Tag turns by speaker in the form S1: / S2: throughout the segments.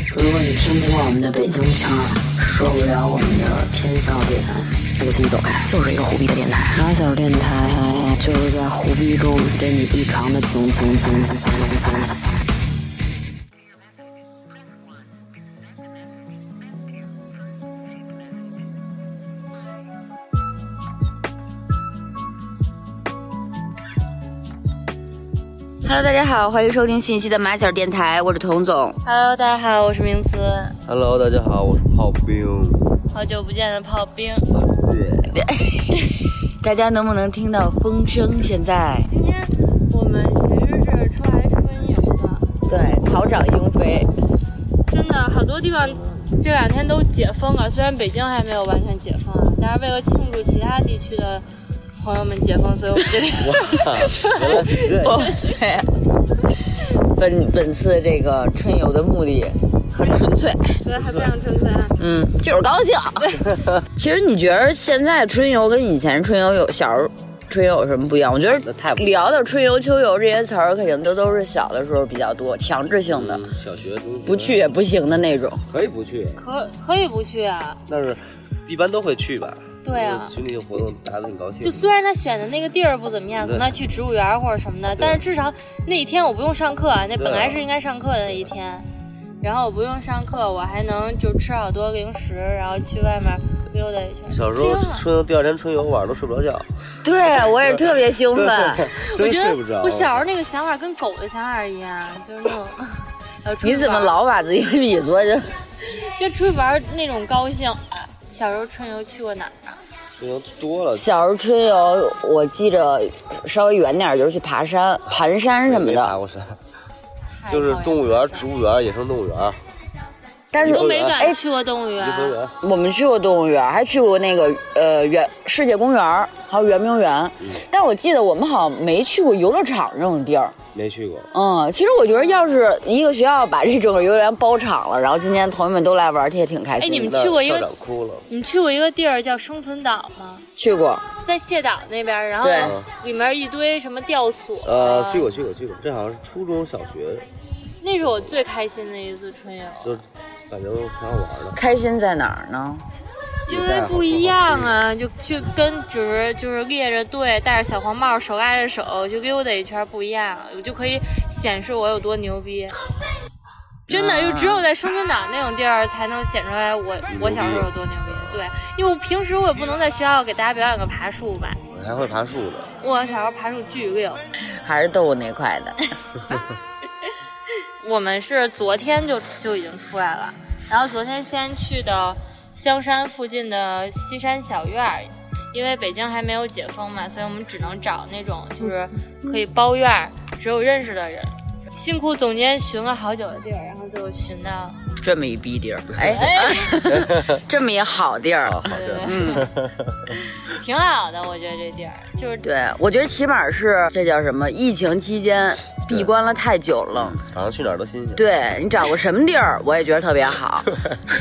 S1: 听不惯我们的北京腔儿，受不了我们的偏笑点，那就请你走开。就是一个虎逼的电台，马小电台就是在虎逼中给你异常的蹭蹭蹭蹭蹭蹭蹭蹭蹭。
S2: Hello，大家好，欢迎收听信息的马小电台，我是童总。
S3: Hello，大家好，我是明思，
S4: Hello，大家好，我是炮兵。
S3: 好久不见的炮兵。
S4: 对，
S2: 大家能不能听到风声？现在
S3: 今天我们其实是出来春游的，
S2: 对，草长莺飞，
S3: 真的好多地方这两天都解封了，虽然北京还没有完全解封啊，但是为了庆祝其他地区的朋友们解封，所以我们决定
S4: 原来是这样。
S2: 哦对。本本次这个春游的目的很纯粹，
S3: 所以还非常春啊。
S2: 嗯， 就是高兴。 其实你觉得现在春游跟以前春游有小时候春游有什么不一样？我觉得
S4: 太不一
S2: 聊到春游、秋游这些词儿，肯定都都是小的时候比较多，强制性的，
S4: 小学、中学
S2: 不去也不行的那种。
S4: 可以不去，
S3: 可可以不去啊？
S4: 但是一般都会去吧。
S3: 对啊
S4: 群里的活动大家都挺高兴。
S3: 就虽然他选的那个地儿不怎么样，可能他去植物园或者什么的，但是至少那一天我不用上课啊，那
S4: 对啊
S3: 本来是应该上课的一天，然后我不用上课，我还能就吃好多零食，然后去外面溜达一圈。
S4: 小时候
S3: 挺好
S4: 春游，第二天春游晚上都睡不着觉，
S2: 对啊我也是特别兴奋。
S3: 我
S4: 真
S3: 觉
S4: 睡不着
S3: 得。我小时候那个想法跟狗的想法一样，就是那 种。要出去
S2: 你怎么
S3: 玩
S2: 老把自己比作这？
S3: 就出去玩儿那种高兴？啊小时候春游去过哪儿啊？
S4: 春游多了，
S2: 小时候春游，我记着稍微远点儿就是去爬山、盘山什么
S4: 没爬
S2: 的，
S4: 过山，
S3: 太
S4: 就是
S3: 讨厌
S4: 动物园、
S3: 了
S4: 植物园、野生动物园、
S2: 但
S3: 你
S2: 是
S3: 都没
S2: 哎
S3: 敢去过动物园
S4: 颐。和园。
S2: 我们去过动物园，还去过那个呃园世界公园儿，还有圆明园。但我记得我们好像没去过游乐场这种地儿。
S4: 没去过，
S2: 嗯，其实我觉得要是一个学校把这整个游乐园包场了，然后今天同学们都来玩儿，这也挺开心的。
S3: 哎你们
S4: 那
S3: 去过一
S4: 校
S3: 个
S4: 长哭了，
S3: 你去过一个地儿叫生存岛吗？
S2: 去过？
S3: 在蟹岛那边儿，然
S2: 对
S3: 后里面一堆什么吊索
S4: 呃
S3: 啊，
S4: 去过，去过，去过，这好像是初中小学，
S3: 那是我最开心的一次春游，
S4: 就是反正挺好玩的。
S2: 开心在哪儿呢？
S3: 因为不一样啊，就去跟只是就是列着队，戴着小黄帽，手拉着手就溜达一圈儿不一样，我就可以显示我有多牛逼。真的，就只有在生存岛那种地儿才能显出来我
S4: 嗯
S3: 我小时候有多牛逼。对，因为我平时我也不能在学校给大家表演个爬树吧，
S4: 我还会爬树呢。
S3: 我小时候爬树巨溜。
S2: 还是动物那块的。
S3: 我们是昨天就就已经出来了，然后昨天先去的香山附近的西山小院儿，因为北京还没有解封嘛，所以我们只能找那种就是可以包院儿，只有认识的人。辛苦总监寻了好久的地儿，然后最后寻到，
S2: 这么一逼地儿，哎， 这么一好地儿
S4: 啊，，好
S3: 对
S4: 这样。
S2: 嗯，
S3: 挺好的，我觉得这地儿就是
S2: 对，我觉得起码是这叫什么？疫情期间闭关了太久了，
S4: 反正去哪儿都新鲜。
S2: 对你找个什么地儿，我也觉得特别 好。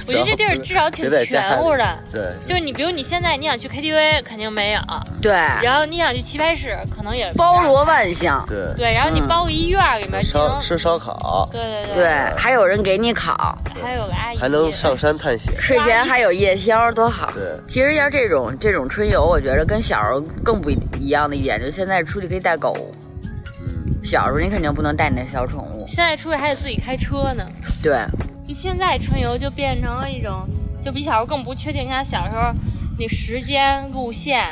S3: 我觉得这地儿至少挺全乎的。
S4: 对，
S3: 就是你，比如你现在你想去 KTV 肯定没有，
S2: 对，
S3: 然后你想去棋牌室可能也
S2: 包罗万象，
S4: 对
S3: 对，然后你
S2: 嗯
S3: 包个医院儿里面，既
S4: 烧
S3: 能
S4: 吃烧烤，
S3: 对对
S2: 对，还有人给你烤，
S3: 还有个阿姨，
S4: 还能上山探险。
S2: 睡前还有夜宵，多好。
S4: 对
S2: 其实要这种这种春游，我觉得跟小时候更不一样的一点，就是现在出去可以带狗。
S4: 嗯，
S2: 小时候你肯定不能带你的小宠物，
S3: 现在出去还得自己开车呢。
S2: 对，
S3: 就现在春游就变成了一种，就比小时候更不确定。像小时候那时间、路线、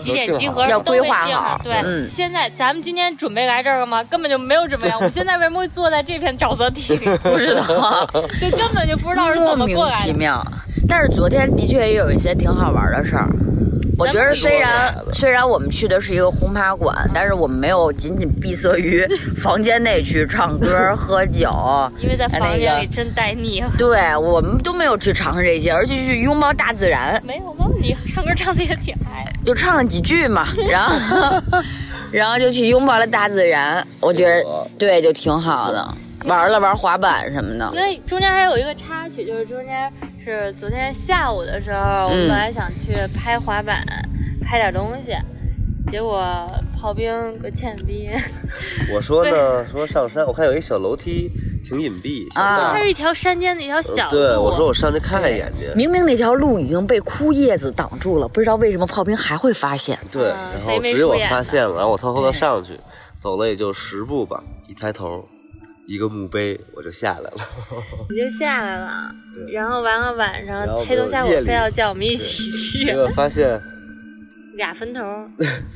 S3: 几点集合
S2: 呃要
S3: 都
S2: 规
S3: 被
S2: 划
S3: 定
S2: 好
S3: 了。对，
S2: 嗯
S3: 现在咱们今天准备来这儿了吗？根本就没有准备啊！ 我们现在为什么会坐在这片沼泽地里？
S2: 不知道。
S3: 就根本就不知道是
S2: 莫
S3: 怎么
S2: 名
S3: 过来
S2: 其
S3: 的。
S2: 妙。但是昨天的确也有一些挺好玩的事儿。我觉得虽然
S4: 咱们
S2: 虽然我们去的是一个轰趴馆，但是我们没有仅仅闭塞于房间内去 唱歌、喝酒，
S3: 因为在
S2: 哎那
S3: 房间
S2: 个
S3: 里真待腻了。
S2: 对我们都没有去尝试这些，而且去拥抱大自然，
S3: 没有吗？你唱歌唱的也挺嗨。
S2: 就唱了几句嘛，然后然后就去拥抱了大自然，我觉得对就挺好的，玩了玩滑板什么的
S3: 因，为中间还有一个插曲，就是中间是昨天下午的时候，我
S2: 嗯
S3: 们本来想去拍滑板，拍点东西，结果炮兵个欠逼，
S4: 啊我说呢，说上山，我看有一小楼梯，挺隐蔽，小
S2: 啊
S4: 道
S3: 它
S4: 儿
S3: 是一条山间的一条小路。
S4: 对，我说我上去看一眼去。
S2: 明明那条路已经被枯叶子挡住了，不知道为什么炮兵还会发现。
S4: 对，
S3: 嗯
S4: 然
S3: 贼
S4: 后
S3: 眉
S4: 只有
S3: 鼠
S4: 我
S3: 眼
S4: 发
S3: 的
S4: 现了，然后我偷偷的
S2: 对
S4: 上去，走了也就十步吧，一抬头，一个墓碑，我就下 来了。
S3: 你就下来了，
S4: 对
S3: 然后完了晚上
S4: 然后
S3: 黑灯瞎火
S4: 夜里
S3: 非要叫我们一起
S4: 结
S3: 去，
S4: 果发现
S3: 俩坟头，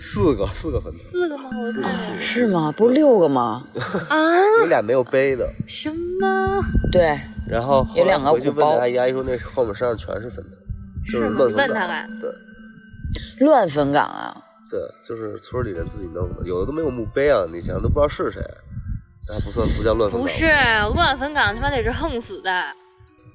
S4: 四个四个坟头，
S3: 四个吗？我看看
S2: 是吗？不是六个吗？
S3: 啊，
S4: 有俩没有碑的。
S3: 什么？
S2: 对，
S4: 然后
S2: 有两个
S4: 后来回去
S2: 鼓包
S4: 问阿姨，阿姨说那后面山上全是坟头，就是
S3: 吗
S4: 乱
S3: 你问
S4: 坟
S3: 他
S4: 岗
S3: 了
S4: 对
S2: 乱坟岗啊，
S4: 对，就是村里人自己弄的，有的都没有墓碑啊，你想都不知道是谁，那还不算不叫乱坟岗。
S3: 不是，乱坟岗他妈得是横死的。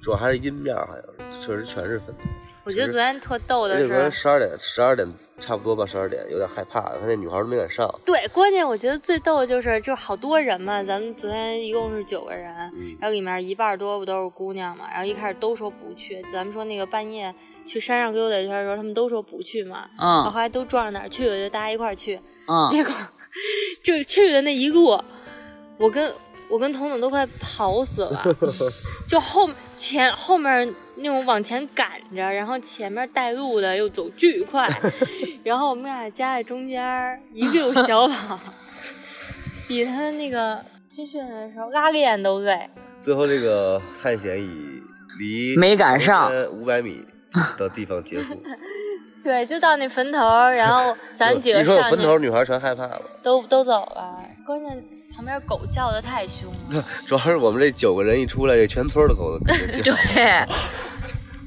S4: 主要还是阴面儿，好像是确实全是坟头。
S3: 我觉得昨天特逗
S4: 而且
S3: 的
S4: 昨天
S3: 是，
S4: 十二点，十二点差不多吧，十二点有点害怕，他那女孩都没敢上。
S3: 对，关键我觉得最逗的就是，就是好多人嘛，咱们昨天一共是九个人，
S4: 嗯，
S3: 然后里面一半多不都是姑娘嘛，然后一开始都说不去，咱们说那个半夜去山上溜达一圈的时候，他们都说不去嘛，然后
S2: 嗯
S3: 后来都撞上哪儿去了，就大家一块儿去，
S2: 嗯，
S4: 啊
S3: 结果就去的那一路，我跟我跟彤彤都快跑死 了，就后前后面那种往前赶着，然后前面带路的又走巨 快，然后我们俩夹在中间儿一溜小跑，比他们那个军训的时候拉练都累。
S4: 最后这个探险以离
S2: 没赶上
S4: 五百米的地方结束。
S3: 对，就到那坟头儿，然后 咱几个
S4: 一说有
S3: 上
S4: 坟头，
S3: 去
S4: 女孩全害怕了。
S3: 都都走了，关键旁边狗叫的太凶 了。
S4: 主要是我们这九个人一出来，这全村的狗都跟 着叫。
S2: 对，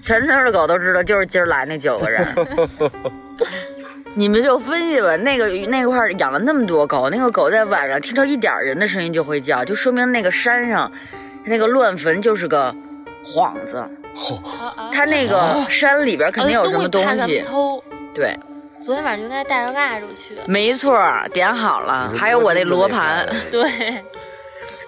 S2: 全村的狗都知道，就是今儿来那九个 人。你们就分析吧，那个那块儿养了那么多狗，那个狗在晚上听着一点儿人的声音就会叫，就说明那个山上，那个乱坟就是个幌子，
S3: 啊啊！
S2: 它那个山里边肯定有什么东
S3: 怕咱
S2: 西
S3: 们。偷。
S2: 对，
S3: 昨天晚上就应该带着蜡烛去。
S2: 没错儿，点好了。啊还有嗯我那罗盘，
S3: 对，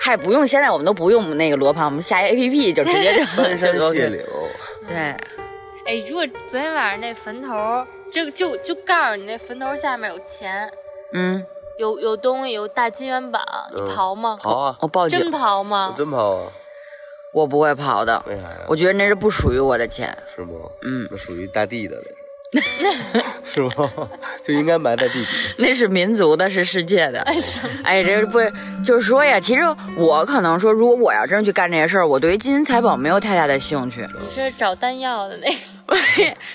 S2: 还不用，现在我们都不用那个罗盘，我们下一 A P P 就直接 就
S4: 翻山
S2: 就都
S4: 卸岭，
S2: 对，
S3: 哎，如果昨天晚上那坟头，这个就就告诉你，那坟头下面有钱，
S2: 嗯，
S3: 有有东西，有大金元宝，你
S4: 嗯
S3: 刨吗？
S4: 跑啊！
S2: 我报警，
S3: 真刨
S4: 我
S3: 吗？
S4: 真跑啊！
S2: 我不会跑的。
S4: 为啥呀？
S2: 我觉得那是不属于我的钱。
S4: 是吗？
S2: 嗯，
S4: 那属于大地的 那是，是吗？ 就应该埋在地底。
S2: 那是民族的，是世界的。哎，这不就是说呀？其实我可能说，如果我要真去干这些事儿，我对于金银财宝没有太大的兴趣，
S3: 你是找丹药的那个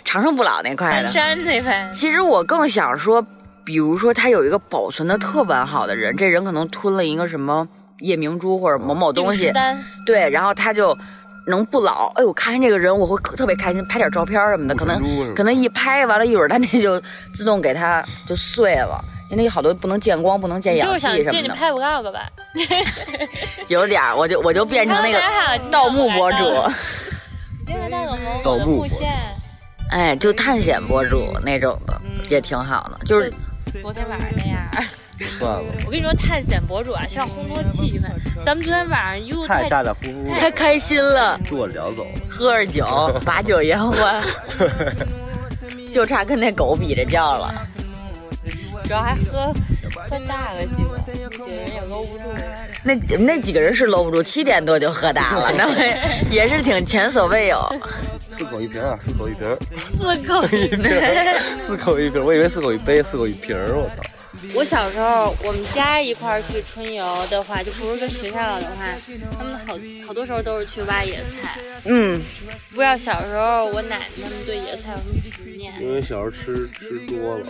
S2: 长生不老那块
S3: 南
S2: 的。
S3: 山那呗？
S2: 其实我更想说，比如说他有一个保存的特完好的人，这人可能吞了一个什么夜明珠或者某某东
S3: 定
S2: 西
S3: 时，丹
S2: 对，然后他就能不老。哎，我看见这个人，我会特别开心，拍点照片什么的，可能
S4: 珍珠是吧
S2: 可能一拍完了，一会儿他那就自动给他就碎了。因为那有好多不能见光，不能见
S3: 就
S2: 氧
S3: 是想
S2: 哎气什
S3: 借
S2: 么
S3: 你
S2: 的，
S3: 拍 vlog 吧？
S2: 有点儿，我就我就变成那个
S3: 刚才还有金
S2: 盗墓
S3: 豆
S2: 博
S3: 来
S2: 主
S3: 盗，你今天大口红，
S4: 盗
S3: 我的
S4: 墓
S3: 布
S4: 博主
S3: 线。
S2: 哎，就探险博主那种的，也挺好的。就是
S3: 就昨天晚上那样。
S4: 算了，
S3: 我跟你说，探险博主啊，需要烘托气氛。咱们昨天晚上一路
S4: 太
S3: 太
S4: 咋咋呼呼
S2: 太开心了，
S4: 坐着聊 走。
S2: 喝着酒，把酒言欢， 就差跟那狗比着叫了。
S3: 主要还喝喝大了几个，几个人也搂不住。
S2: 那那几个人是搂不住，七点多就喝大了，那 回也是挺前所未有。
S4: 四口一瓶啊，四口一 瓶，
S3: 四口一
S4: 一瓶，四口一瓶，我以为四口一杯，四口一瓶儿，我操！
S3: 我小时候，我们家一块儿去春游的话，就不是跟学校的话，他们好好多时候都是去挖野菜。
S2: 嗯，
S3: 不知道小时候我奶奶他们对野菜有什么执念？
S4: 因为小时候吃吃多了，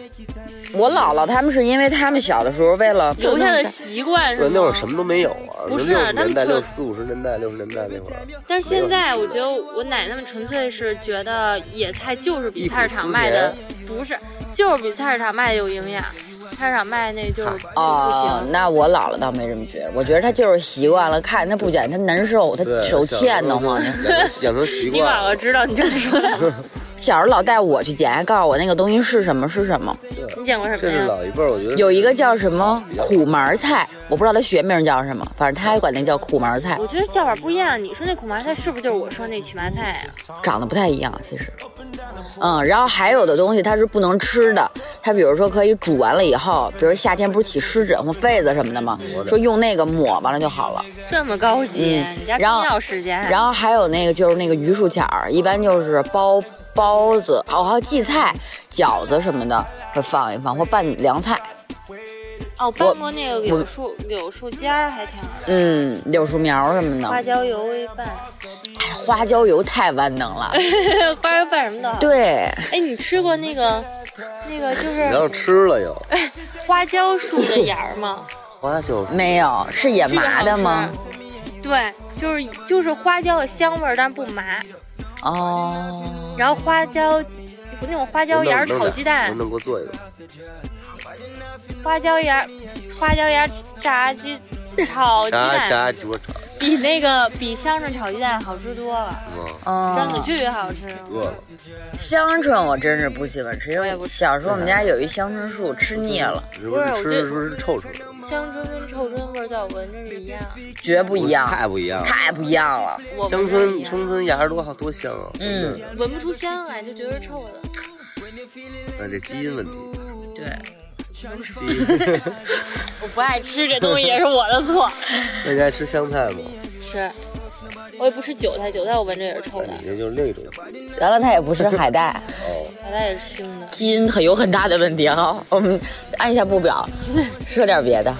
S2: 我姥姥他们是因为他们小的时候为了
S3: 留下的习惯是
S4: 对，
S3: 吗？
S4: 那会儿什么都没有啊，
S3: 不是
S4: 六十
S3: 他们
S4: 年代、
S3: 就
S4: 六四五十年代、六十年代那会儿，
S3: 但是现在我觉得我奶奶他们纯粹是觉得野菜就是比菜市场卖的不是，就是比菜市场卖的有营养，菜市场卖那就是 不
S2: 哦，
S4: 啊
S3: 行。
S2: 那我姥姥倒没这么觉得，我觉得她就是习惯了，看她不卷，她难受，她
S4: 对，
S2: 手欠得慌。
S4: 小时候就养成养成习
S3: 你姥
S4: 惯
S3: 姥
S4: 了。
S3: 知道你这么说的，
S2: 小时候老带我去捡，还告诉我那个东西是什么是什么。
S3: 你见过什么
S4: 这是
S3: 呀？
S4: 老一辈儿，我觉得
S2: 有一个叫什么苦麻菜，我不知道它学名叫什么，反正他管那叫苦麻菜
S3: 我，觉得叫法不一样。你说那苦麻菜是不是就是我说那曲麻菜呀、
S2: 长得不太一样。其实嗯，然后还有的东西它是不能吃的，它比如说可以煮完了以后，比如夏天不是起湿疹或痱子什么的吗？说用那个抹完了就好了。
S3: 这么高级，
S2: 嗯
S3: 你家
S2: 然后
S3: 中药世家，
S2: 然后还有那个就是那个榆树钱儿，一般就是包包子，哦，还有荠菜、饺子什么的会放一放，或拌凉菜。
S3: 哦，拌过那个柳树柳树尖儿还挺好的，
S2: 嗯，柳树苗什么的，
S3: 花椒油一拌，
S2: 哎花椒油太万能了。
S5: 哎
S3: 花椒拌什么都好。，
S2: 对，
S3: 哎，你吃过那个那个就
S4: 你让
S3: 是
S4: 吃了又，
S3: 花椒树的芽儿吗？
S4: 花椒
S2: 没有是野
S3: 巨
S2: 麻
S3: 好
S2: 的吗？
S3: 吃？对，就是就是花椒的香味儿，但是不麻。
S2: 哦，
S3: 然后花椒那种花椒芽儿炒鸡蛋
S4: 能，弄给我做一个。
S3: 花椒芽儿花椒芽儿炸鸡炒鸡
S4: 炸
S3: 蛋，
S4: 炸鸡我炒，
S3: 比那个比香椿炒鸡蛋好吃多了，
S4: 嗯，
S3: 真的
S2: 嗯，
S3: 巨好吃。
S4: 饿了。
S2: 香椿我真是不喜欢吃，因
S3: 我也
S2: 为
S3: 不吃
S2: 小时候我们家有一香椿树，吃腻了，
S4: 是
S3: 不
S4: 不
S3: 是
S4: 是
S3: 我觉
S4: 吃
S3: 得
S4: 是不是臭臭的？
S3: 香椿跟臭椿味儿在我闻着是一样，
S2: 绝不一样，
S4: 太不一样了。
S2: 太不一样了。
S3: 我
S4: 香
S3: 闻着
S4: 椿
S3: 一样
S4: 香椿芽儿多好多香啊！
S2: 嗯，
S3: 闻不出香来，就觉得是臭 的。
S4: 那这基因问题，
S2: 对，
S4: 基
S3: 嗯
S4: 因。
S3: 我不爱吃这东西也是我的错。
S4: 那你爱吃香菜吗？
S3: 是，我也不吃韭菜，韭菜我闻着也是臭的
S4: 你，这就是另一种。
S2: 完了它也不吃 海带，
S3: 海带也是腥的。
S2: 基因很有很大的问题哈。我们按一下 步表，说点别的。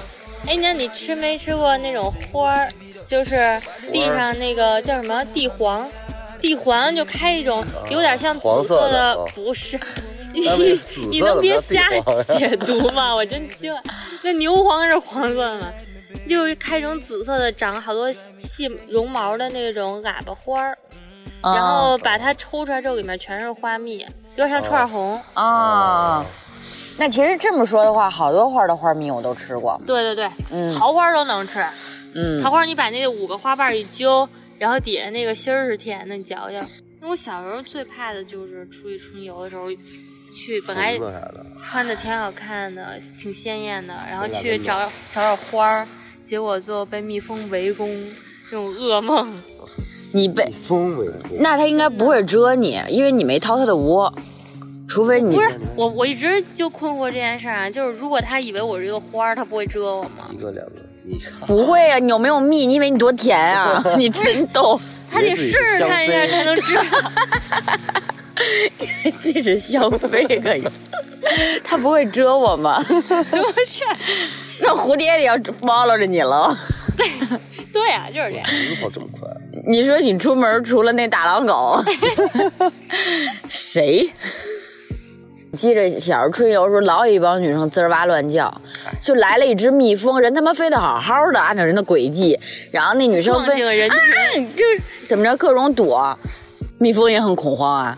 S3: 哎，那你吃没吃过那种花儿？就是地上那个叫什么地黄，地黄就开一种有点像紫
S4: 啊黄色的
S3: 的
S4: 哦，
S3: 不是。
S4: 单位是紫色
S3: 你你
S4: 的
S3: 能别瞎
S4: 不要地黄呀啊
S3: 解读吗？ 我真惊了。那牛黄是黄色的吗？就是开一种紫色的，长好多细绒毛的那种喇叭花儿，
S2: 嗯
S3: 然后把它抽出来之后，里面全是花蜜，有点像
S4: 哦
S3: 串红。
S2: 啊，那其实这么说的话，好多花的花蜜我都吃过。
S3: 对对对，
S2: 嗯
S3: 桃花都能吃。
S2: 嗯
S3: 桃，花你把那五个花瓣一揪，然后底下那个芯儿是甜的，你嚼嚼。那我小时候最怕的就是出去春游的时候，去本来
S4: 虫子啥的，
S3: 穿的挺好看的，挺鲜艳的，然后去找找找花儿，结果最后被蜜蜂围攻，这种噩梦。
S2: 你被
S4: 以风为主。
S2: 那它应该不会蛰你，因为你没掏它的窝，除非你
S3: 不是我，我一直就困惑这件事儿啊，就是如果他以为我是一个花儿，他不会蛰我吗
S4: 一？个两个，你看，
S2: 不会啊，你有没有蜜？你以为你多甜 啊？你真逗，
S3: 他得试探一下才能知道。
S2: 这是消费可以。它不会蛰我 吗？
S3: 不是，
S2: 那蝴蝶也要猫搂着你喽。
S3: 对啊，就是这样。
S4: 你跑这么快，
S2: 你说你出门除了那大狼 狗，谁？记着小时候春游的时候，老有一帮女生滋儿哇乱叫，就来了一只蜜蜂，人他妈飞得好好的，按照人的轨迹，然后那女生
S3: 撞
S2: 飞
S3: 进了人群
S2: 啊， 就是怎么着各种躲，蜜蜂也很恐慌啊。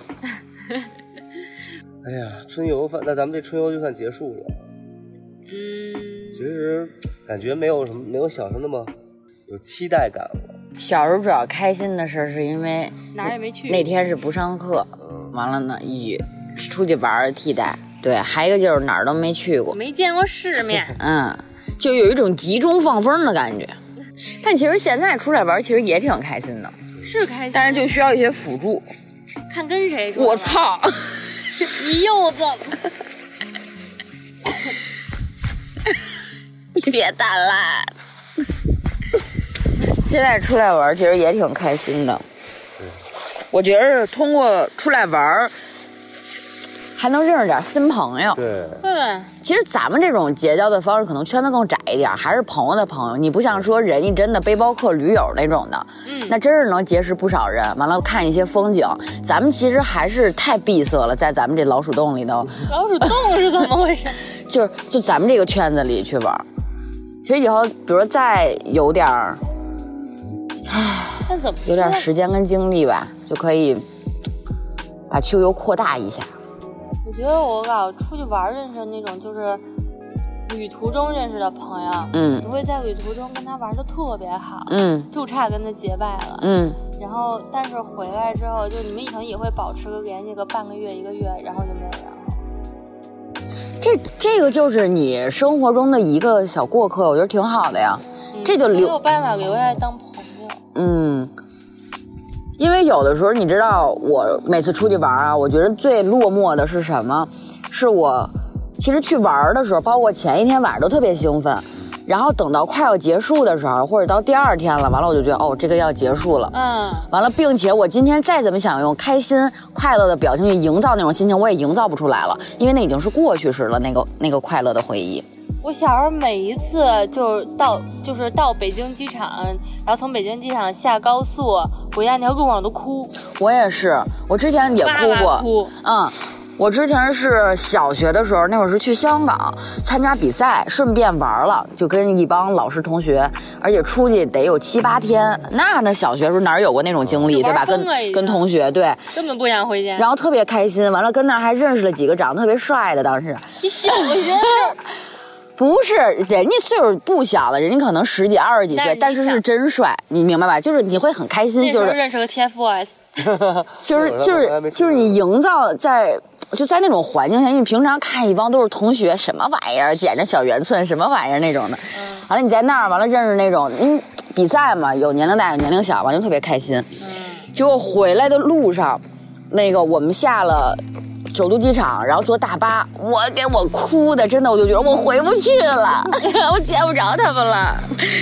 S4: 哎呀，春游饭，那咱们这春游就算结束了。
S3: 嗯
S4: 其，实感觉没有什么，没有小时候那么有期待感了。
S2: 小时候主要开心的事儿是因为
S3: 哪儿也没去。
S2: 那天是不上课，
S4: 嗯，
S2: 完了呢以出去玩儿替代，对，还有一个就是哪儿都没去过，
S3: 我，没见过世面
S2: 嗯，就有一种集中放风的感觉。但其实现在出来玩，其实也挺开心的，
S3: 是开心，
S2: 但是就需要一些辅助。
S3: 看跟谁说。
S2: 我，操！
S3: 你又怎么？
S2: 你 别打啦！ 现在出来玩，其实也挺开心的。我觉得通过出来玩，还能认识点新朋友。
S4: 对，
S3: 嗯，
S2: 其实咱们这种结交的方式，可能圈子更窄一点，还是朋友的朋友。你不像说人家真的背包客、驴友那种的，
S3: 嗯
S2: 那真是能结识不少人。完了看一些风景，咱们其实还是太闭塞了，在咱们这老鼠洞里头，
S3: 老鼠洞是怎么回事？
S2: 就是就咱们这个圈子里去玩儿。其实以后，比如说再有点儿
S3: 那怎么说
S2: 有点儿时间跟精力吧，就可以把秋游扩大一下。
S3: 我觉得我老出去玩儿认识那种就是旅途中认识的朋友，
S2: 嗯
S3: 你会在旅途中跟他玩的特别好，
S2: 嗯
S3: 就差跟他结拜了。
S2: 嗯
S3: 然后，但是回来之后，就你们可能也会保持个联系个半个月一个月，然后就没有然后。
S2: 这这个就是你生活中的一个小过客，我觉得挺好的呀。
S3: 嗯
S2: 这就
S3: 没
S2: 留
S3: 有办法留下来当朋友。
S2: 嗯，因为有的时候你知道，我每次出去玩啊，我觉得最落寞的是什么？是我其实去玩的时候，包括前一天晚上都特别兴奋，然后等到快要结束的时候，或者到第二天了，完了我就觉得哦，这个要结束了。
S3: 嗯，
S2: 完了，并且我今天再怎么想用开心、快乐的表情去营造那种心情，我也营造不出来了，因为那已经是过去式了，那个那个快乐的回忆。
S3: 我小时候每一次就是到就是到北京机场，然后从北京机场下高速回家那条路上我都哭，
S2: 我也是，我之前也哭
S3: 哇
S2: 过，
S3: 哇哭
S2: 嗯。我之前是小学的时候，那会儿是去香港参加比赛，顺便玩了，就跟一帮老师同学，而且出去得有七八天。那那小学时候哪有过那种经历，
S3: 就玩
S2: 对吧？
S3: 疯
S2: 跟
S3: 了已经哎
S2: 跟同学对，
S3: 根本不想回家。
S2: 然后特别开心。完了，跟那儿还认识了几个长得特别帅的，当时。
S3: 你小学
S2: 不是，人家岁数不小了，人家可能十几二十几岁，但
S3: 但是
S2: 是
S3: 你
S2: 是
S3: 想
S2: 真帅，你明白吧？就是你会很开心，
S3: 那时
S2: 就
S3: 候
S2: 是
S3: 认识个 TFBOYS，
S2: 就是
S4: 我
S2: 就
S4: 我还没出
S2: 是就是
S4: 门
S2: 你营造在就在那种环境下，因为平常看一帮都是同学，什么玩意儿，剪着小圆寸，什么玩意儿那种的。完了你在那儿，完了认识那种嗯比赛嘛，有年龄大有年龄小，完了就特别开心。结果回来的路上，那个我们下了。首都机场，然后坐大巴，我给我哭的，真的，我就觉得我回不去了， 我见不着他们了，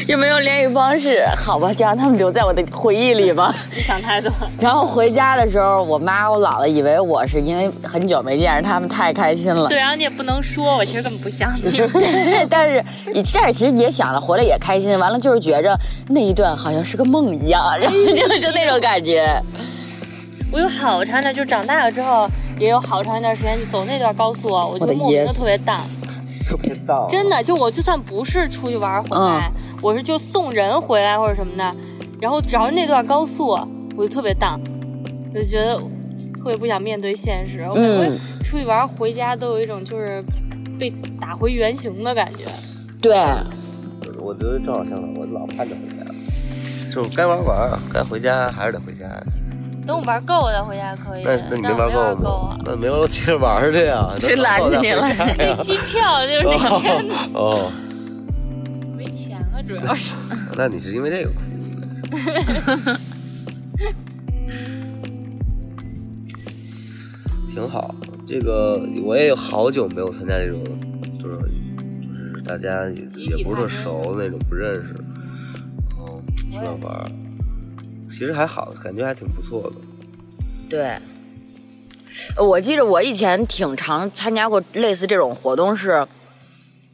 S2: 也没有联系方式，好吧，就让他们留在我的回忆里吧。
S3: 你想太多。
S2: 然后回家的时候，我妈我姥姥以为我是因为很久没见着他们太开心了，
S3: 对，然后你也不能说，我其实根本不想你。
S2: 但是你这样其实也想了，回来也开心，完了就是觉着那一段好像是个梦一样， 然后就就那种感觉。
S3: 我有好长一段，就长大了之后，也有好长一段时间走那段高速，啊我就
S2: 我的
S3: 莫名
S2: 椰
S3: 的
S2: 子
S3: 特别淡。
S4: 特别大，
S3: 真的，就我就算不是出去玩儿回来，我是就送人回来或者什么的，然后只要是那段高速，我就特别荡，就觉得特别不想面对现实。我每回
S2: 嗯
S3: 出去玩儿回家都有一种就是被打回原形的感觉。
S2: 对，
S4: 我觉得正好相反，我老盼着回家，就是该玩玩，该回家还是得回家。
S3: 等我玩够了再回家可以，
S4: 那
S3: 但
S4: 嗯那你
S3: 我
S4: 玩
S3: 没玩
S4: 够
S3: 啊
S4: 吗？。那没玩够接着玩去啊呀，
S2: 谁
S4: 能玩够
S2: 拦着
S4: 再回
S2: 你了
S4: 家 呀
S3: 机票就是那天
S4: 哦哦，
S3: 没钱了，主要是。
S4: 那你是因为这个哭的？ 挺好，这个我也有好久没有参加这种，就是就是大家也
S3: 集体
S4: 也不是
S3: 团
S4: 特熟那种，不认识，然后出来玩儿，其实还好，感觉还挺不错的。
S2: 对，我记着我以前挺常参加过类似这种活动是，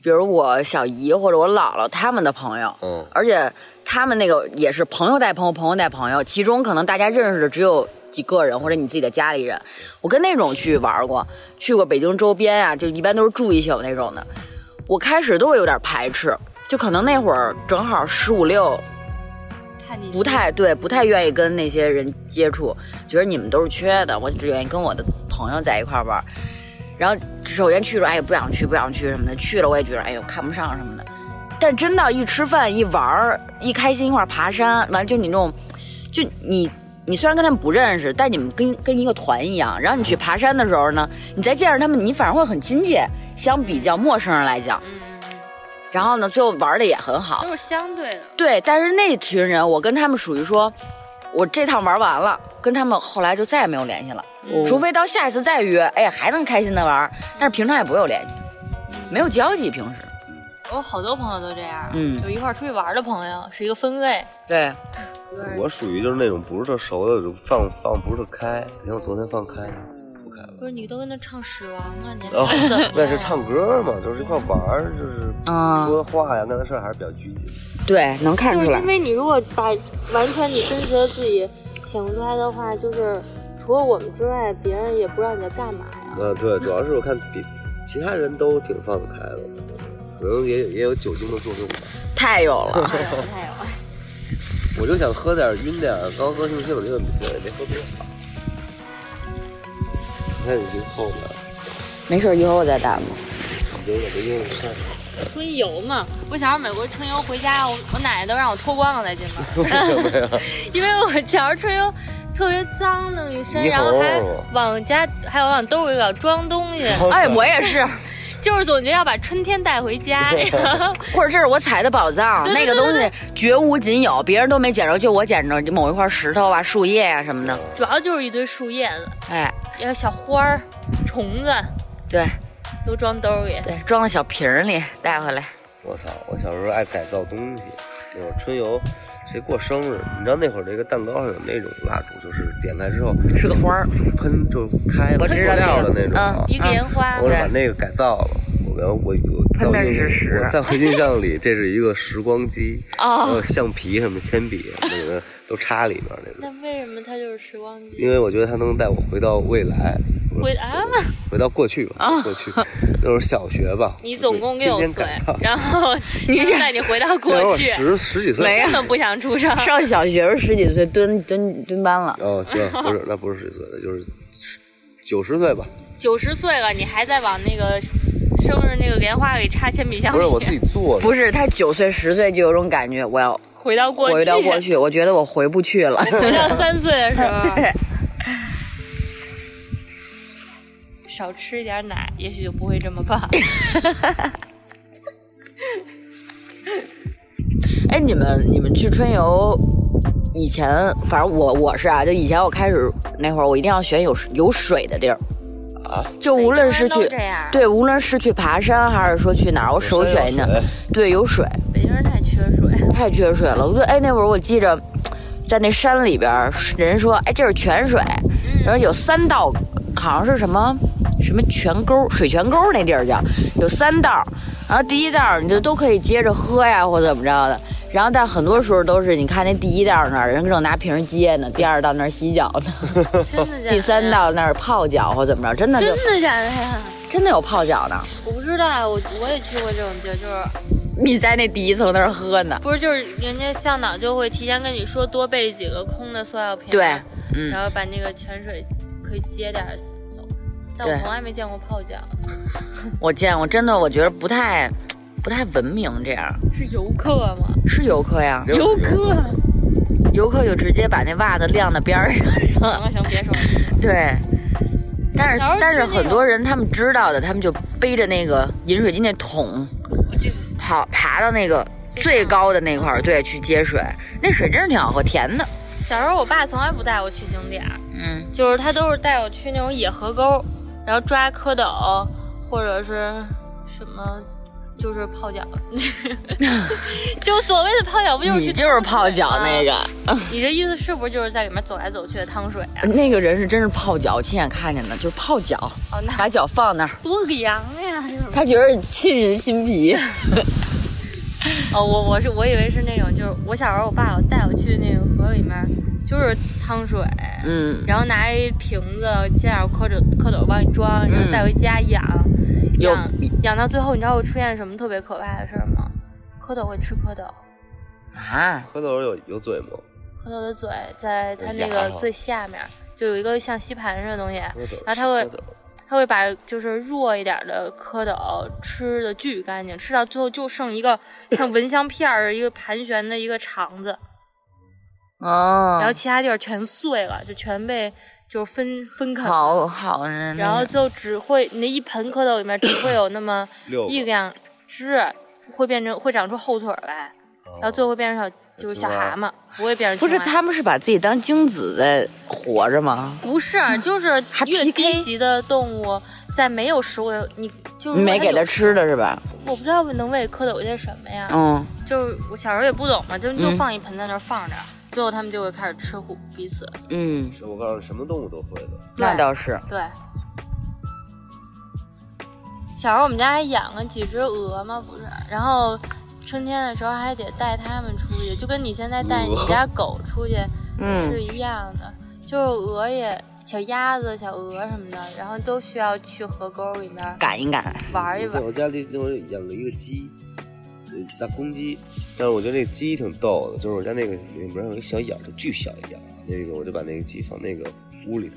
S2: 比如我小姨或者我姥姥他们的朋友，
S4: 嗯，
S2: 而且他们那个也是朋友带朋友，朋友带朋友，其中可能大家认识的只有几个人或者你自己的家里人。我跟那种去玩过，去过北京周边啊，就一般都是住一宿那种的。我开始都会有点排斥，就可能那会儿正好十五六，
S3: 看 你
S2: 不太对，不太愿意跟那些人接触，觉得你们都是缺的，我只愿意跟我的朋友在一块儿玩儿。然后首先去说，哎，不想去，不想去什么的，去了我也觉得，哎呦，看不上什么的。但真到一吃饭、一玩儿、一开心、一块儿爬山，完了就你那种，就你你虽然跟他们不认识，但你们跟跟一个团一样。然后你去爬山的时候呢，你再见着他们，你反而会很亲切。相比较陌生人来讲，然后呢，最后玩的也很好。
S3: 都是相对的。
S2: 对，但是那群人，我跟他们属于说，我这趟玩完了，跟他们后来就再也没有联系了，
S3: 哦
S2: 除非到下一次再约，哎，还能开心的玩，但是平常也不会有联系，没有交集，平时。
S3: 我有好多朋友都这样，
S2: 嗯
S3: 就一块儿出去玩儿的朋友是一个分类。
S2: 对，
S4: 我属于就是那种不是特熟的，就放放不是特开。你看我昨天放开了，不开了。
S3: 不是你都跟他唱《死亡》了，你
S4: 哦
S3: 还怎么，
S4: 那
S3: 样
S4: 是唱歌嘛，就是一块玩儿，就是
S2: 啊
S4: 说的话呀，干的事儿还是比较拘谨。
S2: 对，能看
S3: 就是
S2: 出来
S3: 因。为你如果把完全你真实的自己显露出来的话，就是除了我们之外，别人也不知道你在干嘛呀。
S4: 呃，对，主要是我看比其他人都挺放得开的，可能也也有酒精的作用吧。
S2: 太有了，
S3: 太有太有，
S4: 我就想喝点儿晕点儿高高兴兴的，就也没喝多少。你看你这后面，
S2: 没事，一会儿我再打嘛。
S4: 你觉得没用看。
S3: 春游嘛，我小时候每回春游回家，我我奶奶都让我脱光了再进门，
S4: 为什么呀？
S3: 因为我小时候春游特别脏，弄一身，
S4: 猕
S3: 然
S4: 猴
S3: 后还往家还有往兜里老装东西。
S2: 哎，我也是，
S3: 就是总觉得要把春天带回家。
S2: 或者这是我采的宝藏，
S3: 对对对
S2: 那个东西绝无仅有，别人都没捡着，就我捡着某一块石头啊、树叶啊什么的。
S3: 主要就是一堆树叶子，
S2: 哎，
S3: 还有小花儿、虫子，
S2: 对
S3: 都装兜里。
S2: 对，装到小瓶儿里带回来。
S4: 我操！我小时候爱改造东西，那会儿春游，谁过生日？你知道那会儿那个蛋糕上有那种蜡烛，就是点开之后
S2: 是个花儿，
S4: 喷就开了，
S2: 我
S4: 塑
S2: 知道
S4: 料的那
S2: 那
S4: 种
S2: 个
S4: 啊
S2: 嗯。
S3: 一个莲花
S4: 我，是
S2: 对
S4: 把那个改造了，我然后我我在
S2: 喷
S4: 我
S2: 面
S4: 印
S2: 是屎
S4: 我在我印象里，这是一个时光机，
S2: 哦
S4: 还有橡皮什么铅笔什么的都插里面
S3: 那
S4: 那种，
S3: 为什么它就是时光机？
S4: 因为我觉得它能带我回到未来，
S3: 回 啊，
S4: 回到过去吧，过去那会儿小学吧，
S3: 你总共
S4: 天
S3: 六
S4: 天
S3: 岁
S4: 改造，
S3: 然后你带你回到
S4: 那会儿
S3: 过
S4: 我
S3: 去，
S4: 十十几岁，
S2: 没有
S3: 根本不想出生。
S2: 上小学时候十几岁蹲蹲蹲班了，
S4: 哦，对，不是，那不是十几岁的，就是九十岁吧。
S3: 九十岁了，你还在往那个生日那个莲花里插铅笔橡
S4: 不是我自
S3: 皮，
S4: 己做的，
S2: 不是他九岁十岁就有种感觉，我要
S3: 回到过去，
S2: 回到过，去，我觉得我回不去了。
S3: 回到三岁的时候。少吃一点奶，也许就不会这么棒。
S2: 哎，你们你们去春游以前，反正我我是啊，就以前我开始那会儿，我一定要选有有水的地儿。
S4: 啊，
S2: 就无论是去
S3: 北京人都这样
S2: 对，无论是去爬山还是说去哪儿，我首选一定
S4: 有水
S2: 对有水，
S3: 北京人太缺水，
S2: 太缺水了。我觉得哎，那会儿我记着，在那山里边儿，人说哎这是泉水，然后有三道，好像是什么什么泉沟、水泉沟那地儿叫，有三道，然后第一道你就都可以接着喝呀或怎么着的。然后，但很多时候都是，你看那第一道那儿人正拿瓶儿接呢，第二道那儿洗脚呢，
S3: 真的假的？
S2: 第三，道那儿泡脚或怎么着，真的就
S3: 真的假的呀？
S2: 真的有泡脚呢。
S3: 我不知道，我我也去过这种地儿，就是
S2: 你在那第一层那儿喝呢。
S3: 不是就是人家向导就会提前跟你说多备几个空的塑料瓶，
S2: 对，嗯，
S3: 然后把那个泉水可以接点儿走。但我
S2: 对
S3: 从来没见过泡脚，
S2: 我见过，真的，我觉得不太不太文明这样。
S3: 是游客吗？
S2: 是游客呀，
S4: 没有水
S3: 客，
S2: 游客就直接把那袜子晾到边儿上。
S3: 行了行，别说了。
S2: 对，但是
S3: 哪儿有
S2: 但是
S3: 去那
S2: 很多人他们知道的，他们就背着那个饮水机那桶，
S3: 我去，
S2: 跑爬到那个最高的那块儿，对，去接水。那水真是挺好喝，甜的。
S3: 小时候我爸从来不带我去景点儿，
S2: 嗯，
S3: 就是他都是带我去那种野河沟，然后抓蝌蚪，或者是什么，就是泡 脚。就所谓的泡脚，不就是去啊
S2: 你就是泡脚那个，
S3: 你这意思是不是就是在里面走来走去的趟水啊？
S2: 那个人是真是泡脚，亲眼看见的，就是泡脚，
S3: 哦，那
S2: 把脚放那儿，
S3: 多凉呀！这种
S2: 他觉得沁人 心脾。
S3: 哦，我我是我以为是那种，就是我小时候我爸我带我去那个河里面，就是趟水，
S2: 嗯，
S3: 然后拿一瓶子接点蝌蚪蝌蚪帮你装，然后
S2: 嗯
S3: 带回家养，
S2: 有
S3: 养养到最后，你知道会出现什么特别可怕的事儿吗？蝌蚪会吃蝌蚪，
S2: 啊，
S4: 蝌蚪有有嘴吗？
S3: 蝌蚪的嘴在它那
S4: 牙
S3: 个
S4: 上
S3: 最下面就有一个像吸盘似的东西，
S4: 蝌蚪，
S3: 然后它会
S4: 蝌蚪
S3: 它会把就是弱一点的蝌蚪吃的巨干净，吃到最后就剩一个 像蚊香片儿一个盘旋的一个肠子，
S2: 哦，
S3: 然后其他地儿全碎了，就全被就是分分开。
S2: 好好嗯呢。
S3: 然后就只会你那一盆蝌蚪里面只会有那 么
S4: 六个
S3: 一两只会变成会长出后腿儿来，
S2: 哦
S3: 然后最后会变成小就是小
S4: 青蛙
S3: 蛤蟆，不会变成
S2: 啊不是
S3: 青蛙
S2: 他们是把自己当精子在活着吗？
S3: 不是，啊就是
S2: 还
S3: 越
S2: PK
S3: 低级的动物，在没有食物的，你就是
S2: 没给它
S3: 它
S2: 吃的是吧？
S3: 我不知道能喂蝌蚪些什么呀？
S2: 嗯，
S3: 就是我小时候也不懂嘛，就就
S2: 嗯
S3: 放一盆在那儿放着，最后他们就会开始吃虎彼此。
S2: 嗯，
S4: 是哦我告诉你，什么动物都会的。
S2: 那
S3: 对
S2: 倒是。
S3: 对。小时候我们家还养了几只鹅嘛，不是？然后春天的时候还得带它们出去，就跟你现在带你
S4: 鹅
S3: 家狗出去
S2: 嗯
S3: 是一样的，就是鹅也。小鸭子、小鹅什么的，然后都需要去河沟里面
S2: 赶一赶，
S3: 玩一玩
S4: 在。我家里那会儿养了一个鸡，呃大公鸡，但是我觉得那个鸡挺逗的，就是我家那个里面有一小眼儿，就巨小一眼儿，那个我就把那个鸡放那个屋里头。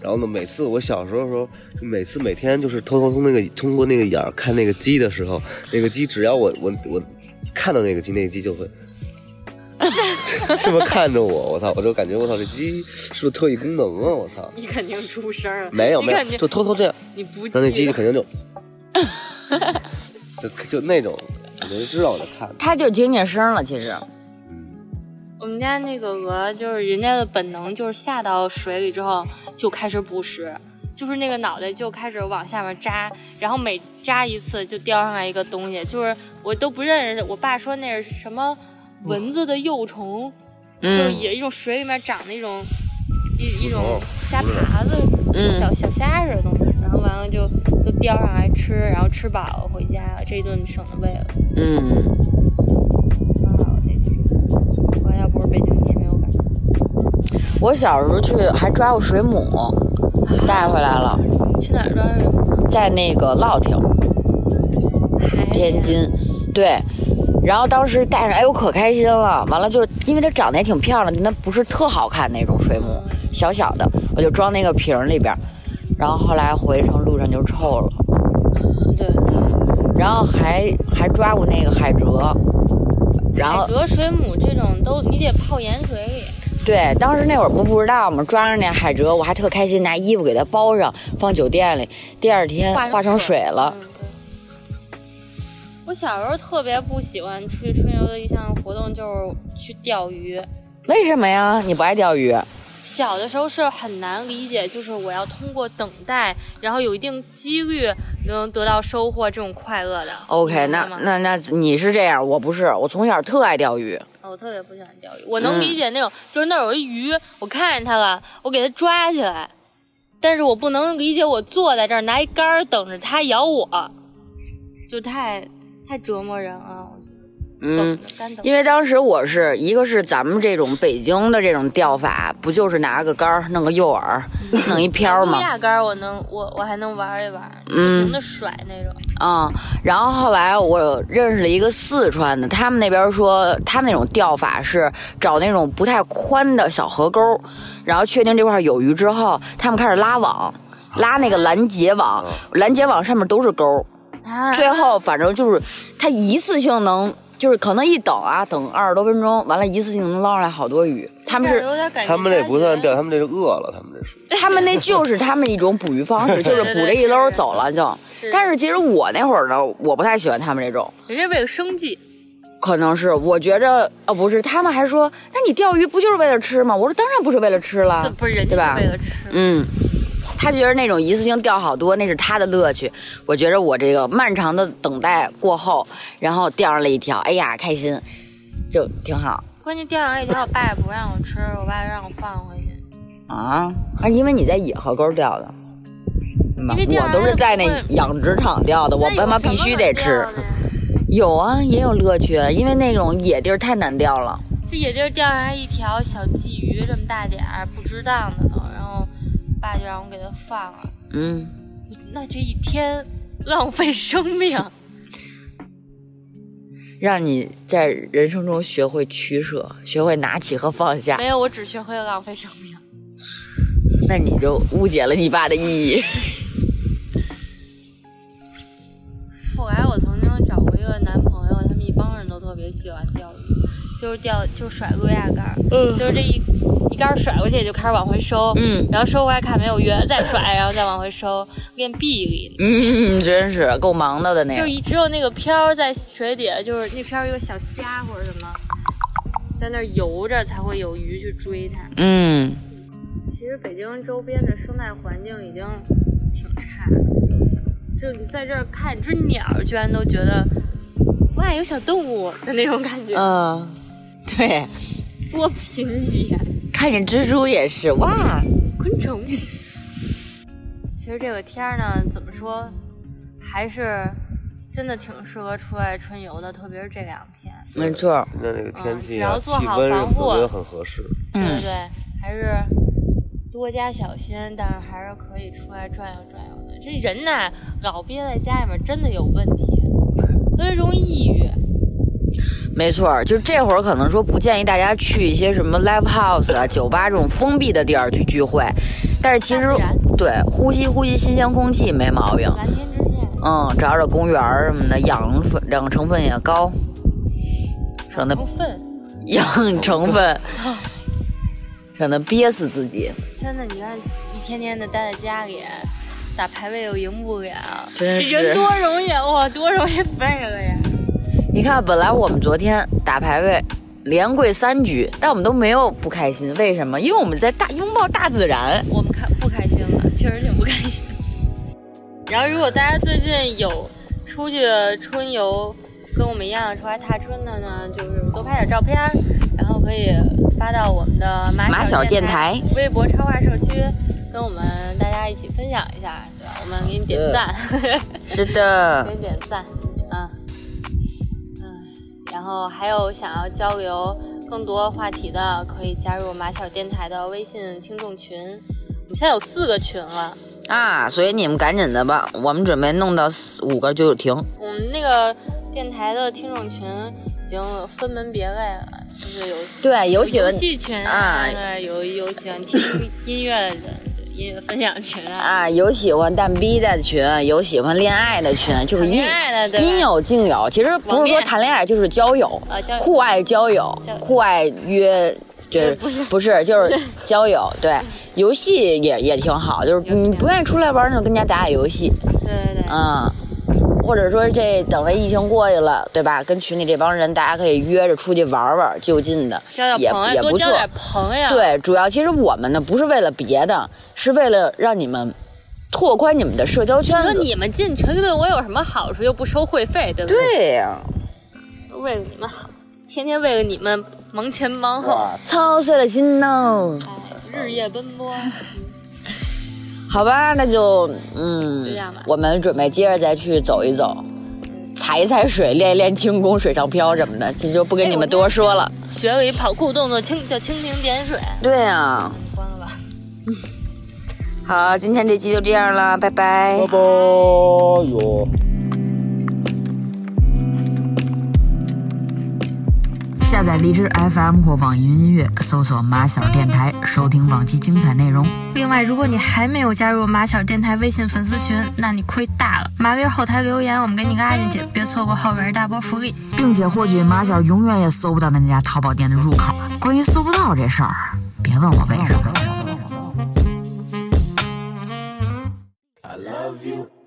S4: 然后呢，每次我小时候的时候，就每次每天就是偷偷从那个通过那个眼儿看那个鸡的时候，那个鸡只要我我我看到那个鸡，那个鸡就 会 这么看着我，我操，我就感觉我操这鸡是不是特异功能啊，我操，
S3: 你肯定出声了
S4: 没有
S3: 你
S4: 没
S3: 肯
S4: 有，
S3: 定
S4: 就偷偷这样，
S3: 你不
S4: 那那鸡就肯定就 就就那种，我就知道我在看。
S2: 它就听见声了，其实
S4: 嗯，
S3: 我们家那个鹅，就是人家的本能，就是下到水里之后就开始捕食，就是那个脑袋就开始往下面扎，然后每扎一次就叼上来一个东西，就是我都不认识。我爸说那是什么蚊子的幼虫，就是
S2: 嗯
S3: 也一种水里面长的一种一一种
S4: 哦
S3: 虾爬子，
S2: 嗯
S3: 小小虾似的东西，然后完了就都叼上来吃，然后吃饱了回家了，这一顿省得喂了。
S2: 嗯，
S3: 挺好的，这我要不是北京禽流感，
S2: 我小时候去还抓过水母，带回来了，
S3: 去哪儿抓的人？
S2: 在那个烙亭。天津，对。然后当时带上，哎，我可开心了。完了就，因为它长得也挺漂亮，那不是特好看那种水母，小小的，我就装那个瓶儿里边儿。然后后来回程路上就臭了，
S3: 对，
S2: 嗯然后还还抓过那个海蜇，然后
S3: 海蜇、水母这种都你得泡盐水里，
S2: 对，当时那会儿不不知道嘛，抓着那海蜇，我还特开心，拿衣服给它包上，放酒店里。第二天嗯化成水了，
S3: 嗯对我小时候特别不喜欢出去春游的一项活动就是去钓鱼。
S2: 为什么呀？你不爱钓鱼？
S3: 小的时候是很难理解，就是我要通过等待，然后有一定几率能得到收获这种快乐的。
S2: OK，
S3: 你明
S2: 那
S3: 白吗
S2: 那那你是这样，我不是，我从小特爱钓鱼。
S3: 我特别不喜欢钓鱼，我
S2: 嗯
S3: 能理解那种，就是那儿有一鱼，我看见它了，我给它抓起来，但是我不能理解我坐在这儿拿一杆儿等着它咬我，就太太折磨人了。我觉得
S2: 嗯
S3: 等，着干等着，
S2: 因为当时我是一个是咱们这种北京的这种钓法，不就是拿个杆儿弄个诱饵，弄一漂
S3: 乌
S2: 吗？
S3: 鸦杆儿我能，我我还能玩一玩，
S2: 嗯
S3: 不停的甩那种。
S2: 嗯，然后后来我认识了一个四川的，他们那边说他们那种钓法是找那种不太宽的小河沟，然后确定这块有鱼之后，他们开始拉网，拉那个拦截网，拦截网上面都是钩，
S3: 啊，
S2: 最后反正就是他一次性能。就是可能一等啊，等二十多分钟，完了，一次性能捞上来好多鱼。他们
S3: 这
S2: 是
S3: 有点感觉
S4: 他们那不算
S3: 家
S4: 钓，他们这是饿了，他们这属于。
S2: 他们那就是他们一种捕鱼方 式，就是捕这一
S3: 对
S2: 篓
S3: 对
S2: 儿
S3: 对
S2: 走了就。
S3: 是
S2: 但是其实我那会儿呢，我不太喜欢他们这种，
S3: 人家为了生计，
S2: 可能是我觉着哦，不是，他们还说，那你钓鱼不就是为了吃吗？我说当然不是为了吃
S3: 这
S2: 了，
S3: 不是人
S2: 啊对
S3: 家
S2: 吧
S3: 是为了吃。
S2: 嗯。他觉得那种一次性钓好多，那是他的乐趣。我觉着我这个漫长的等待过后，然后钓上了一条，哎呀，开心，就挺好
S3: 关键钓上一条，我爸也不让我吃，我爸让我放回去。
S2: 啊。啊，因为你在野河沟钓的，
S3: 因为钓
S2: 我
S3: 上
S2: 都
S3: 来
S2: 是在那
S3: 不会
S2: 养殖场钓的，我
S3: 那有
S2: 他妈
S3: 什
S2: 必
S3: 么
S2: 须
S3: 可
S2: 得
S3: 钓
S2: 吃
S3: 的。呀
S2: 有啊，也有乐趣，因为那种野地儿太难钓了。
S3: 这也就是钓上来一条小鲫鱼这么大点儿，不值当的呢。然后爸就让我给它放了，
S2: 嗯，
S3: 那这一天浪费生命，
S2: 让你在人生中学会取舍，学会拿起和放下
S3: 没。有，我只学会了浪费生命。
S2: 那你就误解了你爸的意义。
S3: 后来我曾经找过一个男朋友，他们一帮人都特别喜欢钓鱼，就是钓，就是甩乌鸦竿儿，就是这一一竿儿甩过去就开始往回收，
S2: 嗯
S3: 然后收回来看没有鱼，再甩，然后再往回收，练臂力。
S2: 嗯， 真是够忙的的那
S3: 就
S2: 个。
S3: 一只有那个漂儿在水底下，就是那漂儿有个小虾或者什么，在那儿游着才会有鱼去追它。
S2: 嗯，
S3: 其实北京周边的生态环境已经挺差的，就你在这儿看一只鸟儿，居然都觉得哇有小动物的那种感觉，
S2: 呃，对，
S3: 多贫瘠啊，
S2: 看见蜘蛛也是哇，
S3: 昆虫。其实这个天儿呢，怎么说，还是真的挺适合出来春游的，特别是这两天。
S2: 没错，
S4: 那那个天气
S3: 嗯只
S4: 啊，
S3: 要
S4: 气
S3: 做好
S4: 温什
S3: 防护啊
S4: 么的都很合适。
S3: 对不
S2: 嗯，
S3: 对？还是多加小心，但是还是可以出来转悠转悠的。这人呐，老憋在家里面真的有问题，特别容易抑郁。
S2: 没错，就这会儿可能说不建议大家去一些什么 live house 啊、酒吧这种封闭的地儿去聚会，但是其实
S3: 大自然
S2: 对呼吸呼吸新鲜空气没毛病。
S3: 蓝天之下，
S2: 嗯，找找公园儿什么的，养分养成分也高，省得
S3: 不愤。
S2: 养成 分，省得憋死自己。
S3: 真的，你看一天天的待在家里，打排位有荧幕感，
S2: 真是
S3: 人多容易哇，多容易 废了呀！
S2: 你看，本来我们昨天打排位连跪三局，但我们都没有不开心，为什么？因为我们在大拥抱大自然。
S3: 我们开不开心了，确实挺不开心。 然后，如果大家最近有出去春游，跟我们一样出来踏春的呢，就是多拍点照片，然后可以发到我们的马
S2: 马小
S3: 小
S2: 电
S3: 台
S2: 台
S3: 微博超话社区，跟我们大家一起分享一下，对吧？我们给你点赞。
S2: 是的
S3: 给，你点赞，嗯嗯，然后还有想要交流更多话题的，可以加入马小电台的微信听众群，我们现在有四个群了，
S2: 啊，所以你们赶紧的吧，我们准备弄到四五个就停。
S3: 我们那个电台的听众群已经分门别类了，就是有
S2: 对，有喜
S3: 游
S2: 欢
S3: 戏群
S2: 啊
S3: 对，有有喜欢听音乐的人，对音乐分享群啊，
S2: 啊，有喜欢蛋逼的群，有喜欢恋爱的群，就是
S3: 谈
S2: 应
S3: 恋爱的对吧
S2: 应有尽有。其实不是说谈恋爱，就是交友
S3: 啊交，友
S2: 酷爱交友
S3: 交，
S2: 酷爱约。就是不是就是交友对，游戏也也挺好，就是你不愿意出来玩，那就跟家打打游戏，
S3: 对对对，
S2: 嗯，或者说这等着疫情过去了，对吧？跟群里这帮人，大家可以约着出去玩玩，就近的
S3: 交
S2: 也
S3: 交朋
S2: 也
S3: 友，
S2: 不
S3: 多
S2: 错
S3: 交。点朋友，
S2: 对，主要其实我们呢不是为了别的，是为了让你们拓宽你们的社交圈
S3: 你说
S2: 子。
S3: 你们进群对我有什么好处？又不收会费，对不对？
S2: 对呀、
S3: 为了你们好，天天为了你们忙前忙后，
S4: 哇，
S2: 操碎了心呢。
S3: 哎日夜奔波。
S2: 好吧，那就
S3: 就
S2: 嗯
S3: 这样吧，
S2: 我们准备接着再去走一走，踩一踩水，练一练轻功、水上漂什么的，这就不
S3: 哎
S2: 跟你们多说了。
S3: 学了一跑酷动作，蜻叫蜻蜓点水。
S2: 对啊，
S1: 嗯
S3: 关了吧。
S2: 好，今天这期就这样了，拜拜
S4: 拜拜哟。
S1: 下载荔枝 FM 或网易云音乐，搜索“马小电台”，收听往期精彩内容。
S5: 另外，如果你还没有加入马小电台微信粉丝群，那你亏大了。麻溜后台留言，我们给你个拉进去，别错过后边大波福利。
S1: 并且获取马小永远也搜不到的那家淘宝店的入口。关于搜不到这事儿，别问我为什么。
S6: I love you.